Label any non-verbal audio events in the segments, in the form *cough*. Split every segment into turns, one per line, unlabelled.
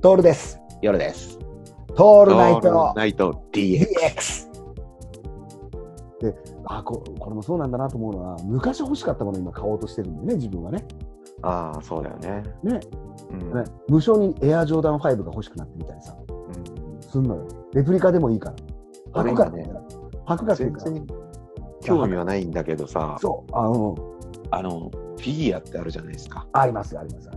トールです。
夜です。
トー
オ
ルナイト
ナイト DX。
DX。で、あこ、これもそうなんだなと思うのは、昔欲しかったものを今買おうとしてるんでね、自分はね。
ああ、そうだよね。
ね、
うん。
ね無性にエアージョーダン5が欲しくなってみたりさ、
うん
すんのよ。レプリカでもいいから。
俺
白
今
が
ね
ね、白がってい
全
うか
然興味はないんだけどさ、
そう、あの、
あの、フィギュアってあるじゃないですか。
あります、あります。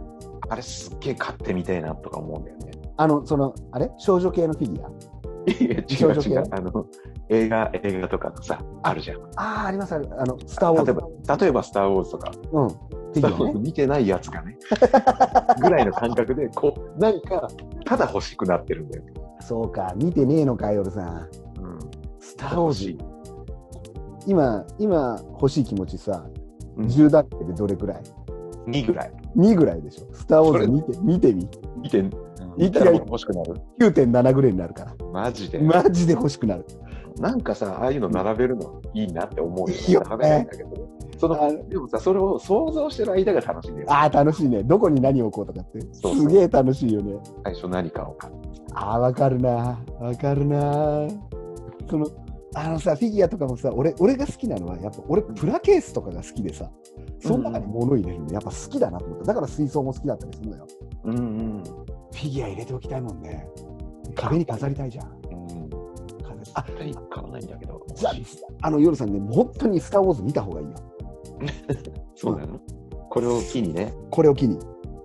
あれすっげえ買ってみたいなとか思うんだよね。
あの、その、あれ少女系のフィギュア。
いや、違う
少女系
違う。あの、映画、映画とかのさ、あるじゃん。
ああ、あります、ある。あの、スター・ウォーズ
例え。ば、例えばスター・ウォーズとか、
うん。フィ
ス
ギ
ター・ウォ
ュア
ーズ
*laughs* ね。
見てないやつがね、ぐらいの感覚で、こう、なんか、ただ欲しくなってるんだよ。
そうか、見てねえのか、夜さん。
うん。
スター・ウォーズ。今、今欲しい気持ちさ、
うん
10段階でどれくらい
2ぐらい。
?2 ぐらいでしょ。スター・ウォーズ
それ
見て、見てみ。
見て、見たら欲しくなる。
9.7ぐらいになるから。
マジで。
マジで欲しくなる。
なんかさ、ああいうの並べるのいいなって思うよ、
いいよね
並べないんだけど。そ
あ
のでもさ、それを想像してる間が楽しいんだよ。
ああ、楽しいね。どこに何を置こうとかって。
そう
すげえ楽しいよね。
最初何かを買って。
ああ、わかるな。わかるな。その、あのさ、フィギュアとかもさ、俺、俺が好きなのは、やっぱ俺、プラケースとかが好きでさ、その中に物入れるの、やっぱ好きだなと思った。だから水槽も好きだったりするのよ。
うんうん。
フィギュア入れておきたいもんね。壁に飾りたいじゃん。
うん。
飾りあ、
絶対買わないんだけど。
じゃあ、あの、夜さんね、本当にスター・ウォーズ見た方がいいよ。
そうなのこれを機にね。
これを機に。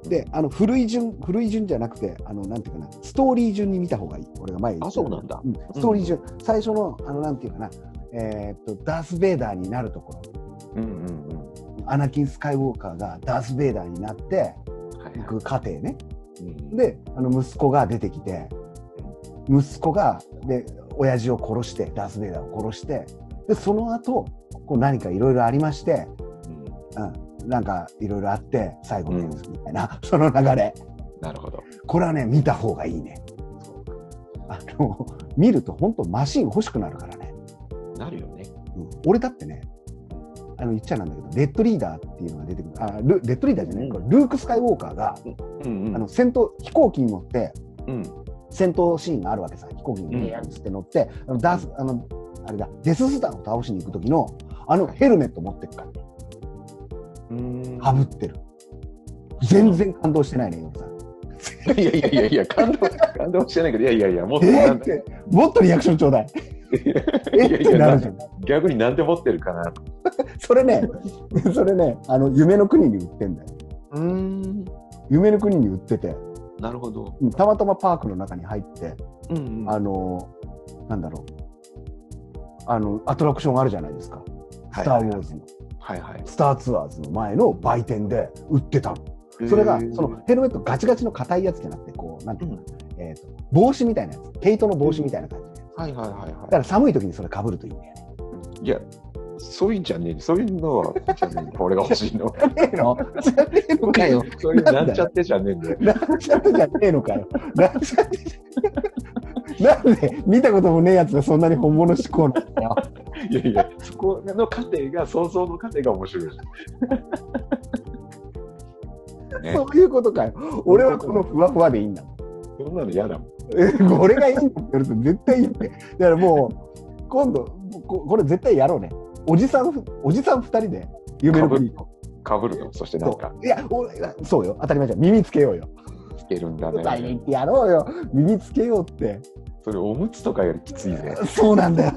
で、あの、古い順、古い順じゃなくて、あの、なんていうかな、ストーリー順に見た方がいい。俺が前言った
あそうなんだ
んストーリー順。最初の、あの、なんていうかな、えーっと、ダース・ベイダーになるところ。
うんうんうん。
アナキン・スカイウォーカーがダース・ベイダーになって
はい
い
は
く過程ね。
い。うん、
で、あの、息子が出てきて、息子が、で、親父を殺して、ダース・ベイダーを殺して、で、その後、こう何かいろいろありまして、
うん
うん、なんかいろいろあって、最後のやつみたいな、 *laughs* その流れ。
なるほど。
これはね、見た方がいいね。あの、見ると本当マシン欲しくなるからね。
なるよね。
うん俺だってね、あの、言っちゃなんだけど、レッドリーダーっていうのが出てくる。あ、ルレッドリーダーじゃない、
うん
これルーク・スカイウォーカーが、
うんうん。
あの、戦闘、飛行機に乗って、
うん。
戦闘シーンがあるわけさ。飛行機にビヤーンって乗って、あのダース、あの、あれだ、デススターを倒しに行く時の、あのヘルメット持ってるから、
うん。
かぶってる。全然感動してないね、ヨルさん。
いやいやいやいや、感動、感動してないけど、いやいやいや、もっと
え
な
ー、
ん
っ
だ
て、もっとリアクションちょうだい。
い
え
や
ー、っ
いや
てなるじゃん。
逆になんで持ってるかな。
それね、 *laughs* それね、あの、夢の国に売ってんだよ。
うん。
夢の国に売ってて、
なるほど。
うんたまたまパークの中に入って、
うん、うん。
あの、なんだろう。あの、アトラクションあるじゃないですか。スター・ウォーズの、
はい *laughs* はい。
スター・ツアーズの前の売店で売ってたの。それが、そのヘルメットガチガチの硬いやつじゃなくて、こう、なんていうの、えーと、帽子みたいなやつ。毛糸の帽子みたいな感じ。
はいはいはいは
だから寒い時にそれ被るといいんだよね。
い。いや、そういうんじゃねえそういうのは、じゃねえ俺が欲しい *laughs* の。
ねえの *laughs* じゃねえのかよ。
そういうなんちゃってじゃねえんだよ。
なんちゃってじゃねえのかよ。なんちゃってじゃなんで見たこともねえやつがそんなに本物志向なんだよ。
いやいや、そこの過程が、想像の過程が面白 *laughs* い。ね、
そういうことかよ。俺はこのふわふわでいいんだもん。
そんなの嫌だもん。
えこれがいいんだ *laughs* って言われて絶対いいって。だからもう、今度、ここれ絶対やろうね。おじさん、おじさん二人で夢の国行こ
かぶるの、そして
う
なんか、
そういやお、そうよ。当たり前じゃん。耳つけようよ。
つけるん
*laughs*
だ
舞台に
ね
行。ってやろうよ。耳つけようって。
それ、おむつとかよりきついぜ。
そうなんだよ。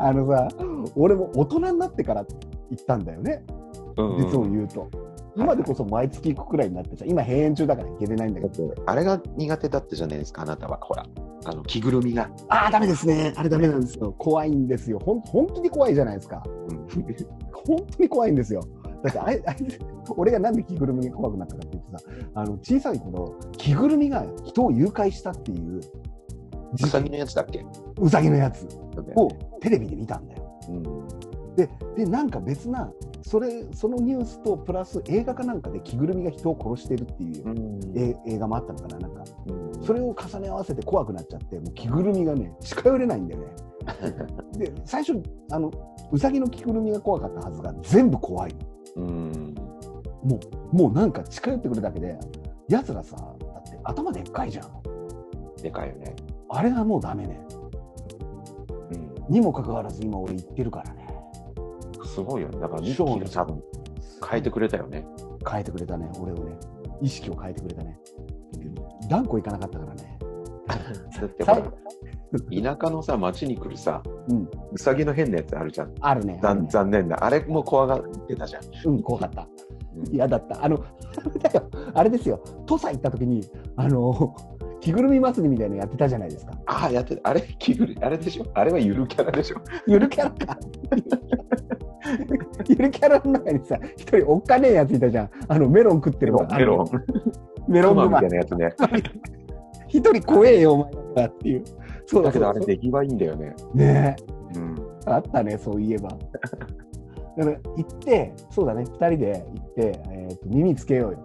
あのさ、俺も大人になってから行ったんだよね、
うんうん
実を言うと。今でこそ毎月行くくらいになってさ、今閉園中だから行けてないんだけ
だっ
ど。
てあれが苦手だったじゃないですか、あなたは。ほら、あの着ぐるみが。
ああ、ダメですね。あれダメなんですよ。怖いんですよ。ほん本当に怖いじゃないですか。 *laughs* 本当に怖いんですよ。だってあい、あいつ、俺がなんで着ぐるみが怖くなったかって言ってさ、あの、小さい頃、着ぐるみが人を誘拐したっていう、
うさぎのやつだっけ
うさぎのやつを
う
テレビで見たんだよ。
ん
ででなんか別なそれそのニュースとプラス映画かなんかで着ぐるみが人を殺してるっていう、え映画もあったのかななんか
うん
それを重ね合わせて怖くなっちゃってもう着ぐるみがね近寄れないんだよねで最初あのうさぎの着ぐるみが怖かったはずが全部怖い
うん
もうもうなんか近寄ってくるだけで奴らさ、だって頭でっかいじゃん。
でかいよね。
あれがもうダメね。
う
にもかかわらず今俺行ってるからね。
ん。すごいよね。だから、ミッキ
そう
ーが多分変えてくれたよね。
変えてくれたね、俺をね。意識を変えてくれたね。断固行かなかったからね。
だってほ
最
*laughs* ら、田舎のさ、町に来るさ、
うん。
うさぎの変なやつあるじゃん。
あるね。あ
ざ
る
ん
ね
残念な。あれも怖がってたじゃん。
うん、怖かった。
うん
嫌だった。あの、 *laughs* あれだよ。あれですよ。土佐行った時に、あの、 *laughs* 着ぐるみ祭りみたいなのやってたじゃないですか。
ああ、やってた。あれ、着ぐるあれでしょあれはゆるキャラでしょ
ゆるキャラ *laughs* か。ゆるキャラの中にさ、一人おっかねえやついたじゃん。あの、メロン食って
*laughs*
る
メロン。
ン。メロン
熊み
熊
たい。なやつね。
一人怖えよ、お前だからっていう。そう
だけどあ
そ
れ
う
出来はいいんだよね。
ねえ
うん。
あったね、そういえば。だから行って、そうだね、二人で行って、えーと耳つけようよ。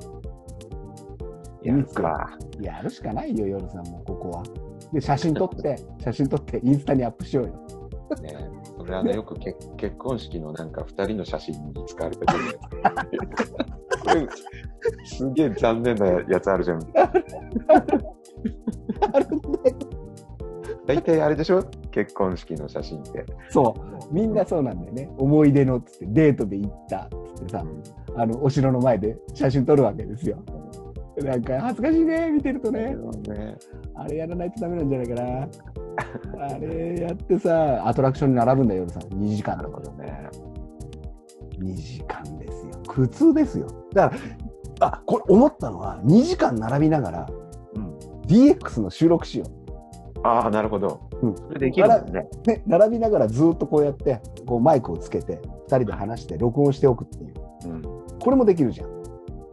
やるか。
やるしかないよ、夜さんも、ここは。で、写真撮って、写真撮って、インスタにアップしようよ。 *laughs*
ね、それはね、よく結 *laughs* 結婚式のなんか二人の写真に使われてく *laughs* るやつ。すげえ残念なやつあるじゃん。
あるんだよ
大体あれでしょ結婚式の写真って。
そう、みんなそうなんだよね。思い出のっつって、デートで行ったっつってさ、あの、お城の前で写真撮るわけですよ。なんか、恥ずかしいね、見てるとね。
ね。
あれやらないとダメなんじゃないかな。あれやってさ、アトラクションに並ぶんだよ、夜さん。2時間
な
と
る
か
ほどね。
2時間ですよ苦痛ですよだからあこれ思ったのは2時間並びながら
うん、
DX の収録しよ
ああ、なるほど。
うん
それできるもんね。
う、ね、並びながらずっとこうやってこうマイクをつけて2人で話して録音しておくっていう
うん、
これもできるじゃん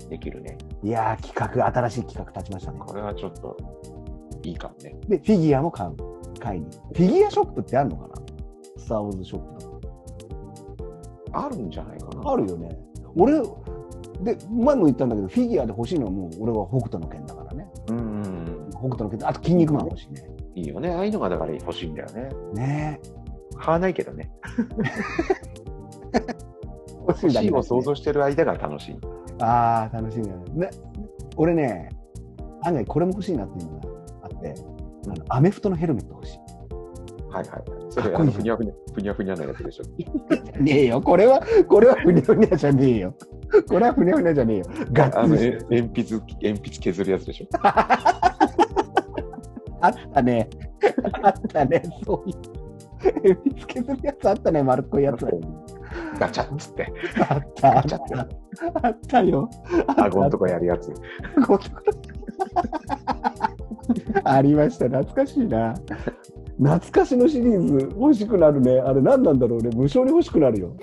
できるね。
いやー企画新しい企画立ちましたね
これはちょっといいかもね。
でフィギュアも買う買いにフィギュアショップってあるのかなスター・ウォーズショップと
あるんじゃないかな。
かあるよね俺で前も言ったんだけどフィギュアで欲しいのはもう俺は北斗の拳だからね
うんうんうん。
北斗の拳あと筋肉マン欲しいね
いいよね。ああいうのがだから欲しいんだよね。
ねえ
買わないけどね。
欲し
欲
いだ
し
け
い
で
を
すね
想像してる間が楽しい。
ああ、楽しみだね。ね俺ね、案外これも欲しいなっていうのがあって、あのアメフトのヘルメット欲し
はいはい。そ
か
れ、
っ
あ
こいい
の
じゃん
ふにゃふにゃ、ふにゃふにゃなやつ *laughs* でしょ。
い。ねえよ、これは、これはふにゃふにゃじゃねえよ。これはふにゃふにゃじゃねえよ。が
あ
っつ
の、
りし
え
て
鉛筆、鉛筆削るやつでしょ。
あったね。あったね、そういう。え見つけするやつあったね、丸っこいやつ。
ガチャっつって、
あった、あっ
ガチ
た
ャっ。て、
あったよ。
顎のとこやるやつ。
ごとくありました懐かしいな懐かしのシリーズ欲しくなるねあれ何なんだろうね無償に欲しくなるよ